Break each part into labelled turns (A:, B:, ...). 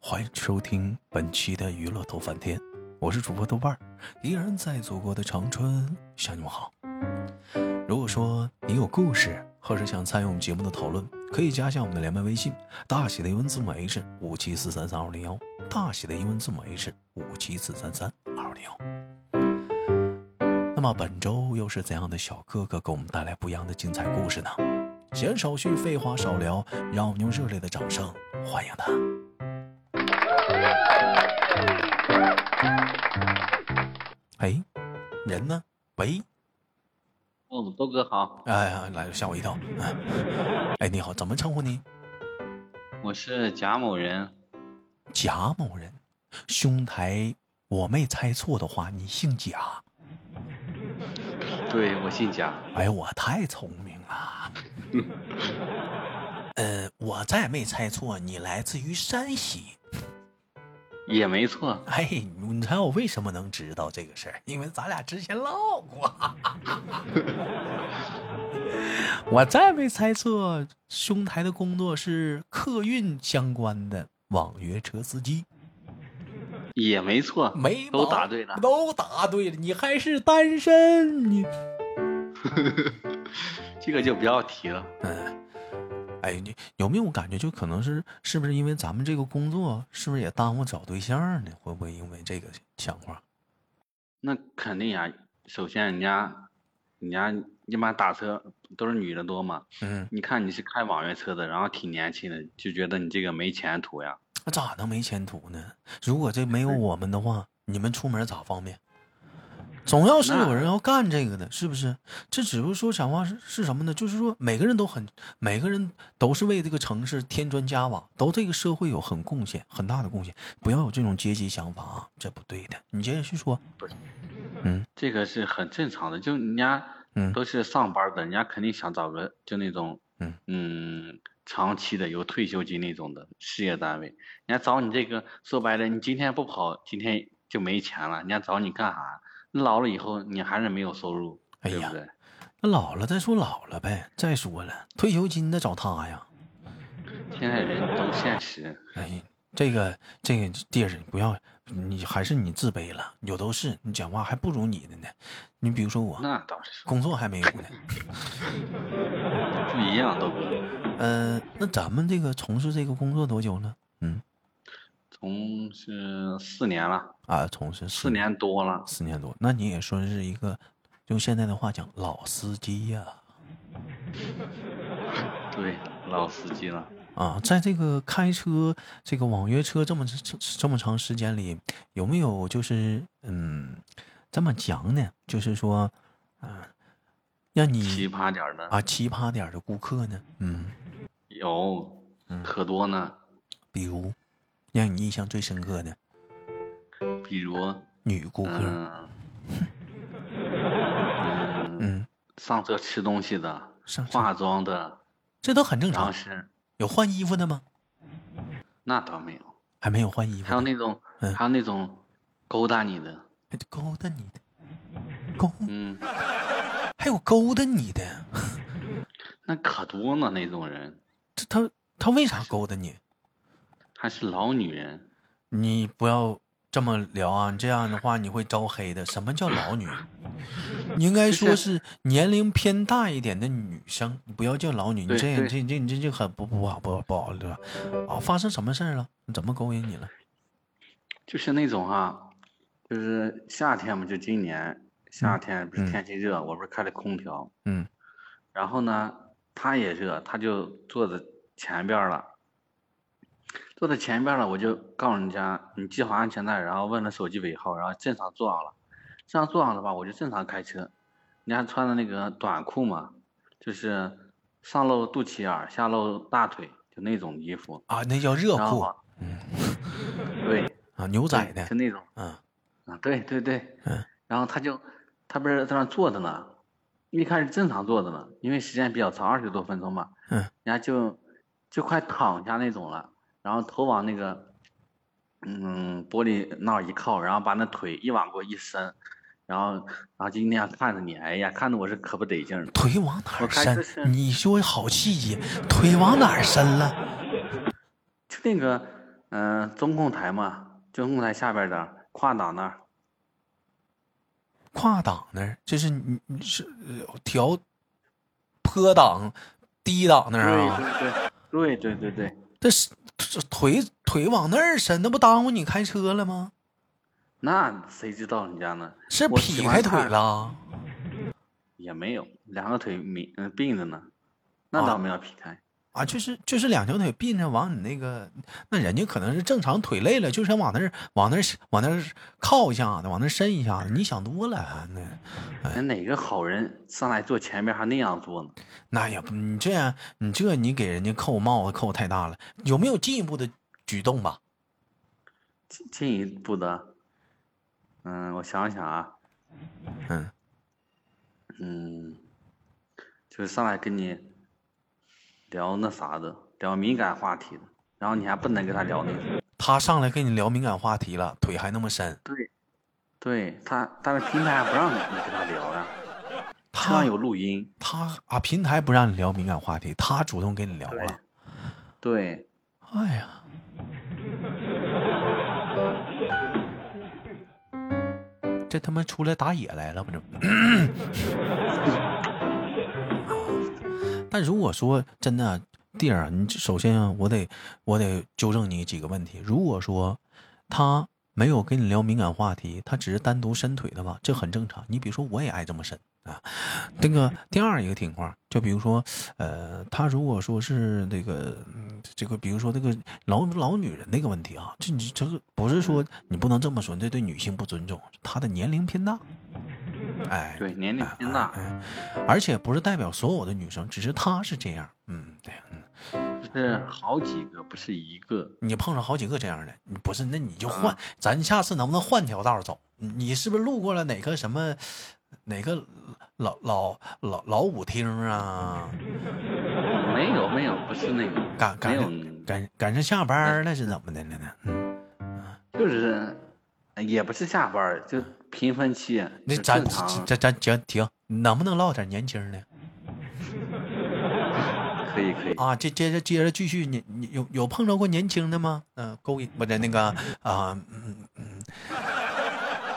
A: 欢迎收听本期的娱乐头翻天，我是主播豆瓣儿，依然在祖国的长春向你们好。如果说你有故事，或是想参与我们节目的讨论，可以加一下我们的连麦微信，大写的英文字母 H 五七四三三二零幺，大写的英文字母 H 五七四三三二零幺。那么本周又是怎样的小哥哥给我们带来不一样的精彩故事呢？闲少叙，废话少聊，让我们用热烈的掌声欢迎他。哎，人呢？喂，
B: 嗯，豆哥好，
A: 哎呀，来吓我一跳！哎，哎，你好，怎么称呼你？
B: 我是贾某人。
A: 贾某人，兄台，我没猜错的话，你姓贾。
B: 对，我姓贾。
A: 哎，我太聪明了。 呃，我再没猜错，你来自于山西。
B: 也没错。
A: 哎，你猜我为什么能知道这个事儿？因为咱俩之前唠过。我再没猜错，兄台的工作是客运相关的网约车司机。
B: 也没错，
A: 没
B: 都
A: 毛
B: 答对了。
A: 都答对了，你还是单身，你。
B: 这个就不要提了。
A: 嗯，哎，你有没有感觉，就可能是是不是因为咱们这个工作，是不是也耽误找对象呢？会不会因为这个想法？
B: 那肯定呀、首先人家，人家一般打车都是女的多嘛。
A: 嗯，
B: 你看你是开网约车的，然后挺年轻的，就觉得你这个没前途呀。
A: 那咋能没前途呢？如果这没有我们的话，你们出门咋方便？总要是有人要干这个的，是不是？这只不过说讲话是是什么呢？就是说每个人都很，每个人都是为这个城市添砖加瓦，都对这个社会有很贡献，很大的贡献。不要有这种阶级想法啊，这不对的。你接着去说。
B: 这个是很正常的，就人家
A: 嗯
B: 都是上班的，人家肯定想找个就那种
A: 嗯
B: 嗯长期的有退休金那种的事业单位。人家找你这个说白了，你今天不跑，今天就没钱了。人家找你干啥？你老了以后你还是没有收入，
A: 哎
B: 对
A: 呀
B: 不对？
A: 那老了再说老了呗。再说了，退休金得找他呀。
B: 现在人都现实，
A: 哎，这个这个弟儿，你不要，你还是你自卑了。有都是你讲话还不如你的呢。你比如说我，
B: 那倒是
A: 工作还没有呢。
B: 不一样，豆哥。
A: 呃，那咱们这个从事这个工作多久了？嗯，
B: 从是四年了，
A: 啊，从事
B: 四年多了，
A: 四年多，那你也算是一个，用现在的话讲，老司机呀、
B: 对，老司机了。
A: 啊，在这个开车、这个网约车这么这这么长时间里，有没有就是嗯，这么讲呢？就是说，嗯、让
B: 奇
A: 你
B: 葩点儿的、
A: 嗯啊奇葩点儿的顾客呢？嗯，
B: 有
A: 嗯，
B: 可多呢，
A: 比如让你印象最深刻的
B: 比如。
A: 女顾客，
B: 嗯，嗯，
A: 嗯，
B: 上车吃东西的，
A: 上车
B: 化妆的，
A: 这都很正
B: 然
A: 常。
B: 后是
A: 有换衣服的吗？
B: 那倒没有，
A: 还没有换衣
B: 还
A: 服
B: 有
A: 呢，
B: 那种
A: 嗯
B: 还有那种勾搭你的，
A: 还勾搭你的，勾
B: 嗯，
A: 还有勾搭你的，
B: 那可多呢那种人，
A: 这他他为啥勾搭你？
B: 还是老女人，
A: 你不要这么聊啊！你这样的话你会招黑的。什么叫老女？你应该说是年龄偏大一点的女生，你不要叫老女。你
B: 对
A: 这样，
B: 对
A: 这这你这这很不不好不好不好了啊！发生什么事儿了？你怎么勾引你了？
B: 就是那种哈，就是夏天嘛，就今年夏天不是
A: 嗯
B: 天气热，我不是开了空调，
A: 嗯，
B: 然后呢，他也热，他就坐在前边儿了，坐在前边儿了，我就告诉人家你系好安全带，然后问了手机尾号，然后正常坐上了，正常坐上了吧，我就正常开车，人家穿的那个短裤嘛，就是上露肚脐眼儿，下露大腿，就那种衣服，
A: 啊，那叫热
B: 然
A: 裤嗯
B: 后对，
A: 啊，牛仔的
B: 就那种。
A: 啊，
B: 啊，对对对，
A: 嗯
B: 然后他就他不是在那坐着呢，一开始正常坐着呢，因为时间比较长，二十多分钟嘛，
A: 嗯
B: 人家就就快躺下那种了，然后头往那个嗯玻璃那儿一靠，然后把那腿一往过一伸，然后然后就那样看着你，哎呀，看着我是可不得劲儿了，
A: 腿往哪
B: 我
A: 儿
B: 看这是
A: 伸？你说好细节，腿往哪儿伸了？
B: 就那个嗯、中控台嘛，中控台下边的跨档那儿，
A: 跨档那儿，这是你你是呃调坡档、低档那儿啊？
B: 对对对对对对对，
A: 这是这腿腿往那儿伸，那不耽误你开车了吗？
B: 那谁知道人家呢？
A: 是
B: 我喜
A: 劈
B: 欢
A: 开腿
B: 看
A: 了？
B: 也没有，两个腿没嗯、并着呢，那
A: 啊
B: 倒没有劈开。
A: 啊，就是就是两条腿并着往你那个，那人家可能是正常腿累了，就想往那儿往那儿往那儿靠一下子，往那儿伸一下子。你想多了，啊那
B: 那哪个好人上来坐前边还那样坐呢？
A: 那也不你这样，你这你给人家扣帽子扣太大了。有没有进一步的举动吧？
B: 进进一步的，嗯，我想想啊，
A: 嗯，
B: 嗯，就是上来跟你聊那啥的，聊敏感话题的，然后你还不能跟他聊那个。
A: 他上来跟你聊敏感话题了，腿还那么伸，
B: 对，对他，但是平台还不让你跟他聊啊，车
A: 他
B: 上有录音。
A: 他啊，平台不让你聊敏感话题，他主动跟你聊
B: 对
A: 了。
B: 对，
A: 哎呀，这他妈出来打野来了不这？但如果说真的，弟儿啊，你这首先啊，我得我得纠正你几个问题。如果说他没有跟你聊敏感话题，他只是单独伸腿的话，这很正常。你比如说，我也爱这么伸啊。这个第二一个情况，就比如说，呃，他如果说是那个，嗯，这个比如说那个老老女人那个问题啊，这你这个不是说你不能这么说，这对女性不尊重，她的年龄偏大，哎，
B: 对，年龄
A: 哎
B: 偏大，
A: 哎哎而且不是代表所有的女生，只是她是这样，嗯，对，嗯，
B: 就是好几个，不是一个。
A: 你碰上好几个这样的，你不是那你就
B: 嗯
A: 换，咱下次能不能换条道儿走？你你是不是路过了哪个什么，哪个老老老老舞厅啊？
B: 没有没有，不是那个，
A: 赶
B: 没
A: 赶
B: 有
A: 上，赶赶上下班儿了是怎么的了呢？嗯，
B: 就是也不是下班儿，就平分期，
A: 那
B: 就
A: 咱
B: 正常
A: 咱咱咱停，能不能唠点年轻的
B: 可以可以。
A: 啊？接接着接着继续，你你有有碰着过年轻的吗？嗯、勾引不是那个啊、嗯，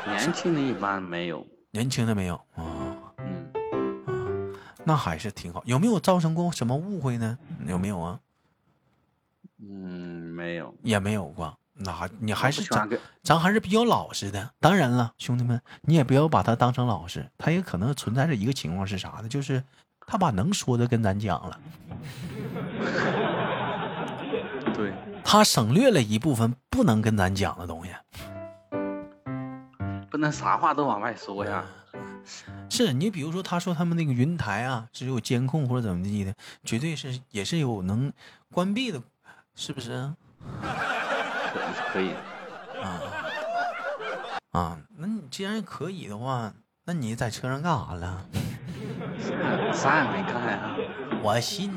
B: 年轻的一般没有，
A: 年轻的没有啊。
B: 嗯，
A: 那还是挺好。有没有造成过什么误会呢？有没有啊？
B: 嗯，没有。
A: 也没有过。那你还是
B: 我不喜欢
A: 咱
B: 跟
A: 咱还是比较老实的。当然了，兄弟们，你也不要把他当成老实，他也可能存在着一个情况是啥呢？就是他把能说的跟咱讲了，
B: 对，
A: 他省略了一部分不能跟咱讲的东西。
B: 不能啥话都往外说呀。
A: 是你比如说，他说他们那个云台啊是有监控或者怎么地的，绝对是也是有能关闭的，是不是啊？嗯
B: 可以可以，
A: 啊，那你既然可以的话，那你在车上干啥了？
B: 啥也没干呀。
A: 我信。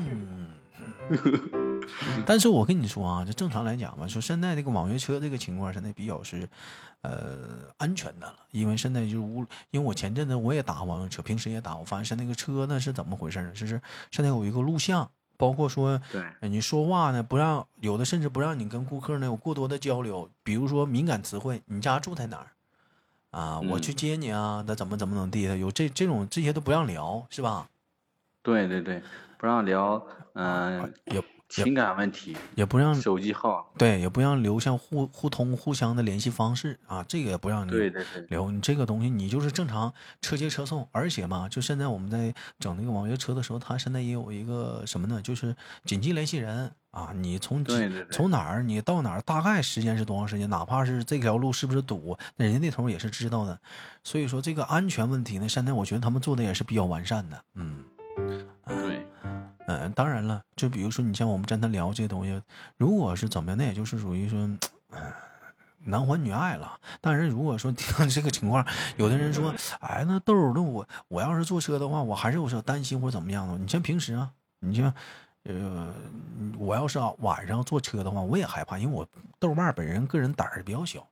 A: 但是我跟你说啊，就正常来讲吧，说现在这个网约车这个情况，现在比较是，呃，安全的了。因为现在就是无，因为我前阵子我也打网约车，平时也打，我发现现在那个车呢是怎么回事呢？就是现在有一个录像，包括说
B: 对，
A: 呃你说话呢不让，有的甚至不让你跟顾客呢有过多的交流，比如说敏感词汇，你家住在哪儿？啊，我
B: 嗯
A: 去接你啊，那怎么怎么怎么地的，有这这种这些都不让聊，是吧？
B: 对对对，不让聊，嗯、
A: 啊也嗯
B: 情感问题，
A: 也不让
B: 手机号，
A: 对，也不让留下互互通互相的联系方式啊，这个也不让你
B: 对对对，
A: 留。你这个东西，你就是正常车接车送，而且嘛，就现在我们在整那个网约车的时候，它现在也有一个什么呢？就是紧急联系人啊，你从几
B: 对对对
A: 从哪儿你到哪儿，大概时间是多长时间，哪怕是这条路是不是堵，那人家那头也是知道的。所以说这个安全问题呢，现在我觉得他们做的也是比较完善的，嗯。
B: 对，
A: 嗯，当然了，就比如说你像我们跟他聊这些东西，如果是怎么样，那也就是属于说，嗯男欢女爱了。但是如果说听到这个情况，有的人说，哎，那豆儿，那我我要是坐车的话，我还是有所担心或者怎么样的。你像平时啊，你像，呃，我要是啊晚上坐车的话，我也害怕，因为我豆瓣儿本人个人胆儿比较小，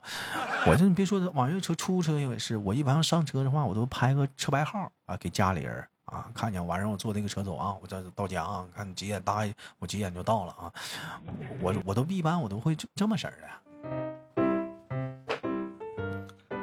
A: 我这你别说网约车、出租车也是，我一般要上车的话，我都拍个车牌号啊，给家里人啊，看见晚上我坐那个车走啊，我这到家啊，看几点搭，我几点就到了啊，我我都一般我都会这这么式儿的，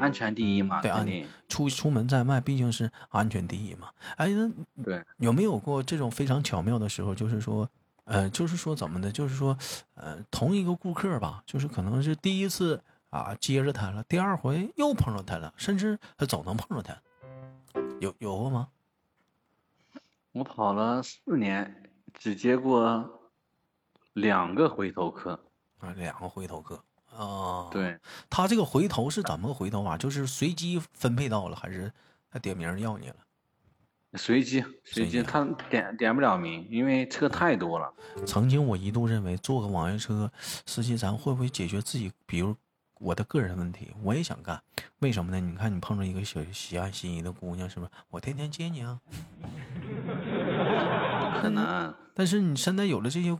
B: 安全第一嘛，
A: 对
B: 肯
A: 安
B: 定。
A: 出出门在外毕竟是安全第一嘛。哎，那
B: 对，
A: 有没有过这种非常巧妙的时候？就是说，呃，就是说怎么的？就是说，呃，同一个顾客吧，就是可能是第一次啊接着他了，第二回又碰着他了，甚至他总能碰着他，有有过吗？
B: 我跑了四年，只接过两个回头客。
A: 啊，两个回头客啊，，
B: 对，
A: 他这个回头是怎么个回头啊？就是随机分配到了，还是他点名要你了？
B: 随机
A: 随
B: 随
A: 机
B: 机，他点点不了名，因为车太多了。
A: 曾经我一度认为坐个网约车司机，咱会不会解决自己，比如我的个人问题，我也想干，为什么呢？你看你碰着一个小喜爱心仪的姑娘，是不是？我天天接你啊，
B: 不可能，
A: 但是你现在有了这些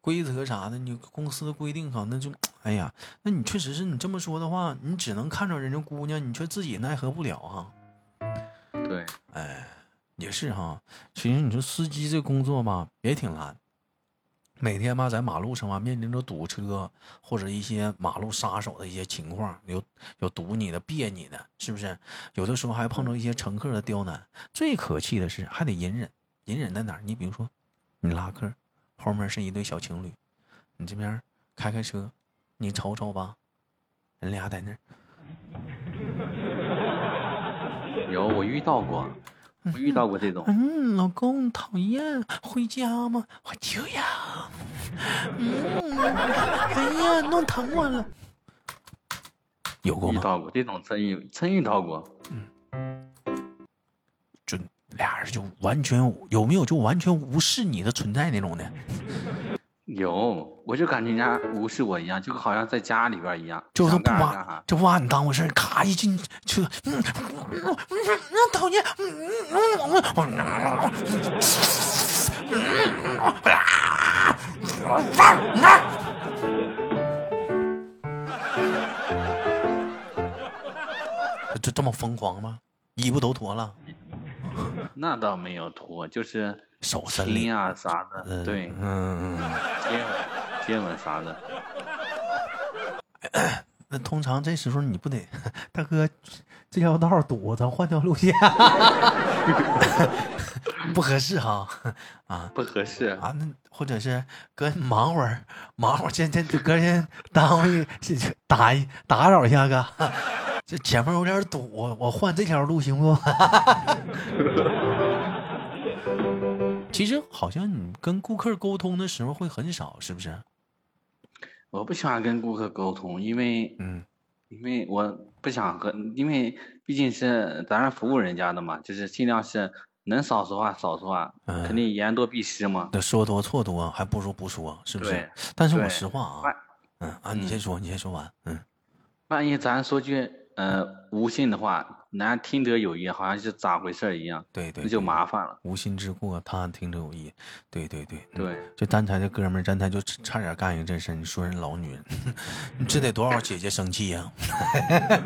A: 规则啥的，你公司的规定好，那就哎呀，那你确实是你这么说的话，你只能看着人家姑娘，你却自己奈何不了啊。
B: 对，
A: 也是哈，其实你说司机这工作吧，也挺难。每天吧，在马路上吧，面临着堵车或者一些马路杀手的一些情况，有有堵你的、别你的，是不是？有的时候还碰到一些乘客的刁难。最可气的是，还得隐忍，隐忍在哪儿？你比如说，你拉客，后面是一对小情侣，你这边开开车，你瞅瞅吧，人俩在那儿
B: 有我遇到过，我遇到过 这种。
A: 嗯，老公讨厌，回家吗？我就要。嗯，哎呀，弄疼我了。有过
B: 遇
A: 吗？
B: 到过这种真遇真遇到过，
A: 就俩人就完全有没有就完全无视你的存在那种的，
B: 有，我就感觉人家无视我一样，就好像在家里边一样，
A: 就是
B: 想
A: 不
B: 干啥干
A: 把
B: 啥。
A: 就不把你当回事儿，咔一进车，嗯嗯嗯嗯嗯，讨厌，嗯嗯嗯嗯嗯嗯嗯。就这么疯狂吗？衣服都脱了，
B: 那倒没有脱，就是
A: 手伸里
B: 亲，啊啥的，
A: 嗯
B: 对，
A: 嗯，嗯
B: 接吻接吻啥的，
A: 那通常这时候你不得， 大哥，这条道儿堵，咱换条路线， 不合适哈啊。
B: 不合适。
A: 啊，那或者是哥你忙会儿，忙会儿，先先哥先耽误一这这打一打扰一下哥， 这前面有点堵，我我换这条路行不？ 其实好像你跟顾客沟通的时候会很少，是不是？
B: 我不喜欢跟顾客沟通，因为
A: 嗯
B: 因为我不想和，因为毕竟是咱是服务人家的嘛，就是尽量是能少说话少说话，
A: 嗯
B: 肯定言多必失嘛。
A: 那说多错多，啊还不如不说，是不是
B: 对？
A: 但是我
B: 对
A: 实话啊
B: 万，
A: 嗯啊，你
B: 嗯
A: 先说，你先说完，嗯，
B: 万一咱说句呃无心的话，人家听者有意，好像是咋回事儿一样，
A: 对对，
B: 那就
A: 对
B: 麻烦了。
A: 无心之过，他听者有意，对对对，嗯
B: 对，
A: 就刚才这哥们儿，刚才就差差点干一个这事儿，你说人老女人， 你这得多少姐姐生气呀、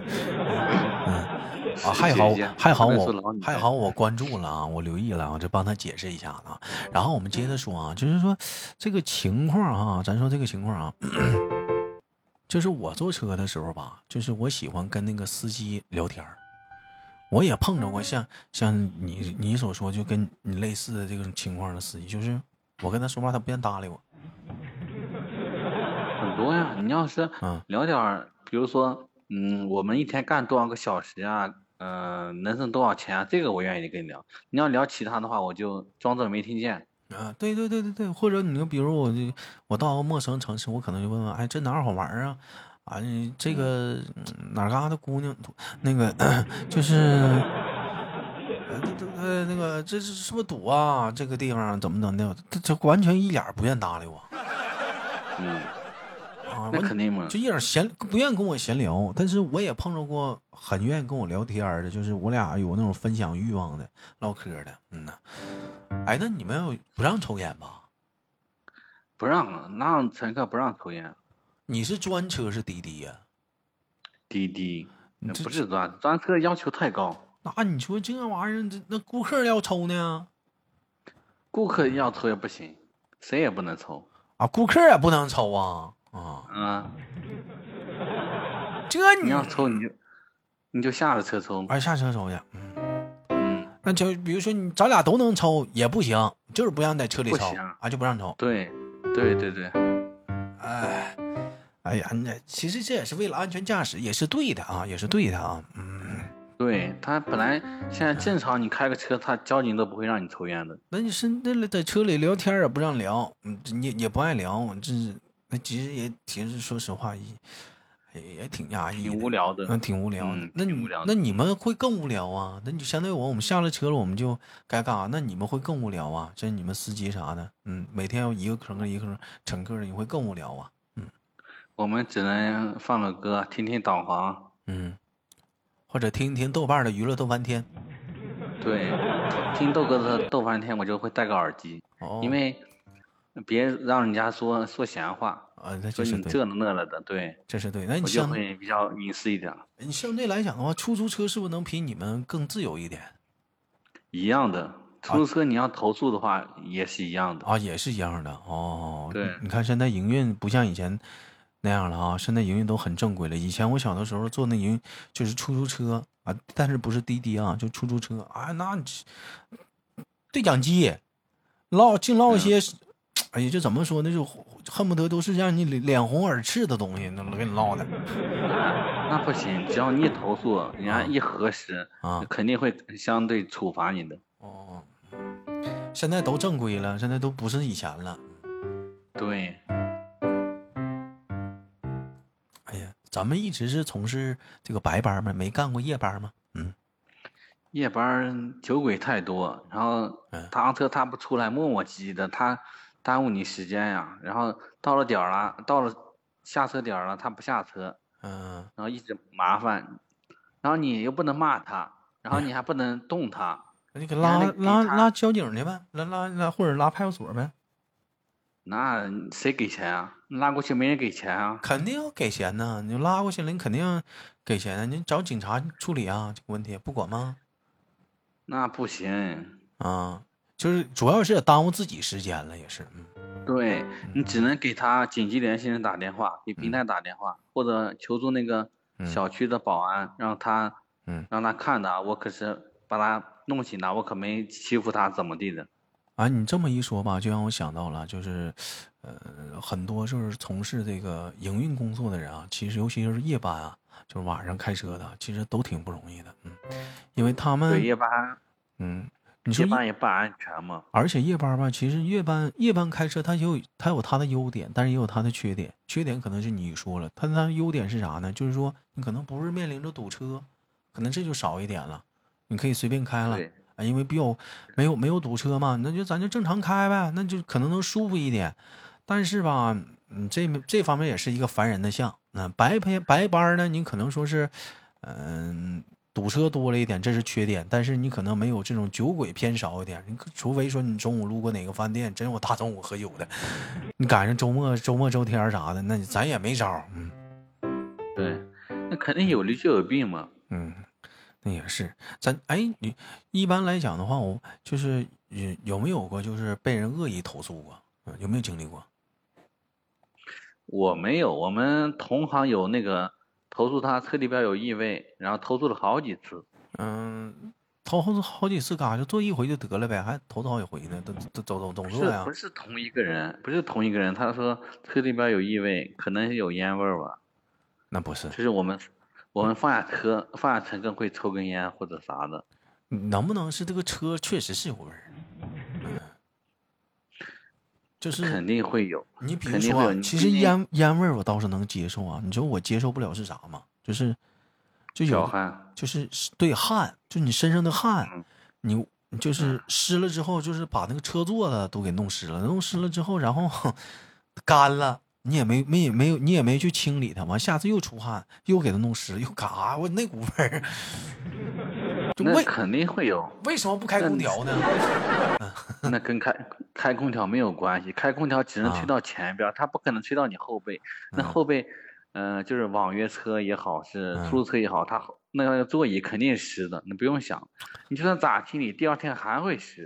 A: 啊，还好
B: 是是是
A: 还好
B: 不能说
A: 我
B: 老女
A: 还
B: 人
A: 好我关注了啊，我留意了啊，我这帮他解释一下啊。然后我们接着说啊，就是说这个情况啊，咱说这个情况啊， 就是我坐车的时候吧，就是我喜欢跟那个司机聊天儿。我也碰着过像像你你所说就跟你类似的这种情况的司机，就是我跟他说话，他不愿搭理我。
B: 很多呀。你要是
A: 嗯
B: 聊点儿，比如说，嗯，我们一天干多少个小时啊？嗯、能挣多少钱啊？这个我愿意跟你聊。你要聊其他的话，我就装作没听见。
A: 啊，对对对对对，或者你就比如我就我到陌生城市，我可能就问问，哎，这哪儿好玩儿啊？啊，你这个嗯哪儿嘎的姑娘，那个就是， 呃，这呃，那个这是是不是堵啊？这个地方怎么怎么的？这这完全一点儿不愿搭理我
B: 嗯，
A: 啊！
B: 那
A: 完
B: 肯定嘛
A: 就。一点儿闲不愿跟我闲聊，但是我也碰着过很愿意跟我聊天儿的，就是我俩有那种分享欲望的唠嗑儿的，嗯呐。哎，那你们有不让抽烟吧？
B: 不让啊，让乘客不让抽烟。啊
A: 你是专车是滴滴呀、
B: 滴滴，
A: 你
B: 呃
A: 这
B: 不是专专车要求太高。
A: 那你说这玩意儿，这那顾客要抽呢？
B: 顾客要抽也不行，谁也不能抽
A: 啊，顾客也不能抽啊啊！
B: 啊、
A: 这
B: 你
A: 你
B: 要抽你就你就下了车抽，
A: 哎下车抽去，嗯，
B: 嗯，
A: 那就比如说你咱俩都能抽也不行，就是不让在车里
B: 不
A: 抽
B: 行
A: 啊，就不让抽。
B: 对，对对对，
A: 哎，哎呀，那其实这也是为了安全驾驶，也是对的啊，也是对的啊。嗯，
B: 对他本来现在正常你开个车，他交警都不会让你抽烟的，
A: 那你是那在车里聊天也不让聊，嗯，这你也不爱聊，这是那其实也其实说实话也也也挺压抑的，
B: 挺无聊的。
A: 嗯，挺无聊的
B: 嗯
A: 那
B: 挺
A: 你
B: 无聊
A: 那
B: 的
A: 你们会更无聊啊？那你就相对于我，我们下了车了，我们就该干啊啥？那你们会更无聊啊？这你们司机啥的，嗯，每天要一个乘客一个乘乘客，你会更无聊啊？
B: 我们只能放个歌，听听导航。
A: 嗯，或者听一听豆瓣的娱乐豆翻天。
B: 对，听豆哥的豆翻天，我就会戴个耳机，
A: 哦，
B: 因为别让人家说说闲话，
A: 啊，那这
B: 说
A: 是
B: 你
A: 对，
B: 这了那了的。对，
A: 这是对。那你
B: 我就
A: 相
B: 会比较隐私一点。
A: 你相对来讲的话，出租车是不是能比你们更自由一点
B: 一样的，出租车你要投诉的话也是一样的。
A: 啊？也是一样的哦。
B: 对
A: 你看现在营运不像以前那样了啊，现在营运都很正规了。以前我小的时候坐那营运就是出租车啊，但是不是滴滴啊，就出租车啊，那对讲机唠净唠一
B: 啊
A: 些。哎呀，这怎么说呢？就恨不得都是让你脸脸红耳赤的东西，那给你唠 的
B: 那不行，只要你一投诉，人家一核实，
A: 啊。
B: 肯定会相对处罚你的。
A: 哦，现在都正规了，现在都不是以前了。
B: 对，
A: 哎呀，咱们一直是从事这个白班吗？没干过夜班吗？嗯，
B: 夜班儿酒鬼太多，然后
A: 嗯
B: 他车他不出来，磨磨唧唧的，他耽误你时间呀。然后到了点儿了，到了下车点儿了，他不下车，
A: 嗯、
B: 然后一直麻烦，然后你又不能骂他，
A: 哎
B: 然后你还不能动他，
A: 那就给拉
B: 那个
A: 拉
B: 警察
A: 拉交警去呗，拉拉拉或者拉派出所呗，
B: 那谁给钱啊？拉过去没人给钱啊？
A: 肯定要给钱呐。你拉过去了，你肯定给钱啊，你找警察处理啊，这个问题不管吗？
B: 那不行，
A: 啊，就是主要是也耽误自己时间了，也是，嗯，
B: 对你只能给他紧急联系人打电话，给平台打电话，或者求助那个
A: 嗯
B: 小区的保安，让他，
A: 嗯
B: 让他看的，我可是把他弄醒的，我可没欺负他怎么地的。
A: 啊，你这么一说吧，就让我想到了，就是，呃，很多就是从事这个营运工作的人啊，其实尤其是夜班啊，就是晚上开车的，其实都挺不容易的，嗯，因为他
B: 对，
A: 们，
B: 夜班
A: 嗯，你说
B: 夜
A: 夜，
B: 班也不安全嘛。
A: 而且夜班吧，其实夜班夜班开车，它有它有它的优点，但是也有它的缺点，缺点可能是你说了，它它的优点是啥呢？就是说你可能不是面临着堵车，可能这就少一点了，你可以随便开了。
B: 对，
A: 啊，因为比较没有没有堵车嘛，那就咱就正常开呗，那就可能能舒服一点。但是吧，嗯，这这方面也是一个烦人的项。那、白班白班儿呢，你可能说是，嗯、堵车多了一点，这是缺点。但是你可能没有这种酒鬼偏少一点，你可除非说你中午路过哪个饭店，真有大中午喝酒的，你赶上周末周末周天儿啥的，那咱也没招儿。嗯
B: 对，那肯定有利就有弊嘛。
A: 嗯，那也是。咱哎，你一般来讲的话，我就是有有没有过就是被人恶意投诉过？嗯，有没有经历过？
B: 我没有，我们同行有那个投诉他车里边有异味，然后投诉了好几次。
A: 嗯，投好好几次嘎，就做一回就得了呗，还投多好几回呢？都都都都总
B: 不
A: 做
B: 是
A: 呀
B: 不？是同一个人，不是同一个人。他说车里边有异味，可能是有烟味儿吧。
A: 那不是，
B: 就是我们我们放下车，放下车更会抽根烟或者啥的。
A: 能不能是这个车确实是有味儿？嗯，就是
B: 肯定会有。
A: 你比如
B: 肯定
A: 说
B: 会
A: 啊
B: 有，你
A: 其实
B: 毕竟
A: 烟烟味儿我倒是能接受啊。你说我接受不了是啥嘛？就是就有
B: 小
A: 的
B: 汉，
A: 就是是对汗，就你身上的汗
B: 嗯，
A: 你就是湿了之后，就是把那个车座子都给弄湿了，弄湿了之后，然后哼干了，你也没没没有，你也没去清理它，完下次又出汗，又给它弄湿，又嘎，我那股味儿，就
B: 那
A: 为
B: 肯定会有，
A: 为什么不开空调呢？
B: 那跟开开空调没有关系，开空调只能
A: 啊
B: 吹到前边儿，它不可能吹到你后背。那
A: 嗯
B: 后背，呃，就是网约车也好，是
A: 嗯
B: 出租车也好，它那个座椅肯定湿的，你不用想，你就算咋清理，第二天还会湿，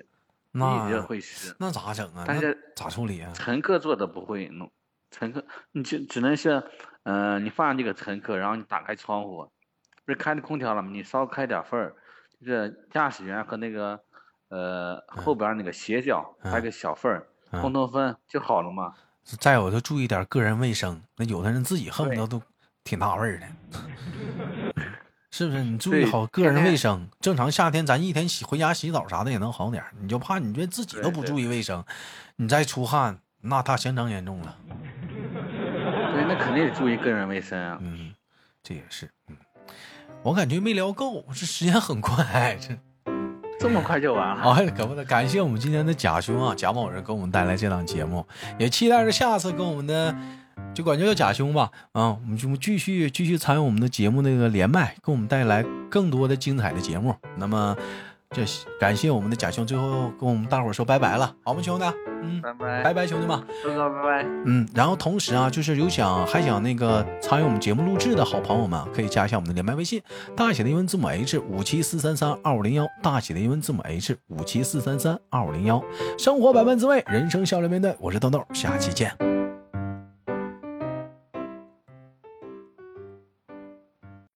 B: 一直
A: 那
B: 会湿。
A: 那咋整啊？
B: 但
A: 那
B: 是
A: 咋处理啊？
B: 乘客坐的不会弄，乘客你就只能是，呃，你放这个乘客，然后你打开窗户，不是开着空调了吗？你稍开点缝儿，就是驾驶员和那个呃后边儿那个斜角开
A: 嗯
B: 个小缝儿，
A: 嗯
B: 通通风就好了嘛。
A: 再有就注意点个人卫生。那有的人自己恨不
B: 对
A: 得都挺大味儿的，是不是？你注意
B: 对
A: 好个
B: 天
A: 人
B: 天
A: 卫生。正常夏天咱一天洗回家洗澡啥的也能好点儿，你就怕你这自己
B: 对
A: 都不
B: 对
A: 注意卫生，你再出汗，那他相当严重了。
B: 对，那肯定得注意个人卫生啊。
A: 嗯，这也是。嗯，我感觉没聊够，这时间很快， 这。
B: 这么快就完 了？
A: 好，可不得，感谢我们今天的贾兄啊，贾某人给我们带来这档节目，也期待着下次跟我们的，就管这叫贾兄吧，啊，我们就继续继续参与我们的节目那个连麦，给我们带来更多的精彩的节目。那么，这感谢我们的贾兄，最后跟我们大伙儿说拜拜了，好吗，兄弟？嗯，
B: 拜拜，
A: 拜拜，兄弟们。
B: 哥哥，拜拜。
A: 嗯，然后同时啊，就是有想还想那个参与我们节目录制的好朋友们啊，可以加一下我们的连麦微信，大写的英文字母 H 五七四三三二五零幺，大写的英文字母 H 五七四三三二五零幺。生活百般滋味，人生笑着面对。我是豆豆，下期见，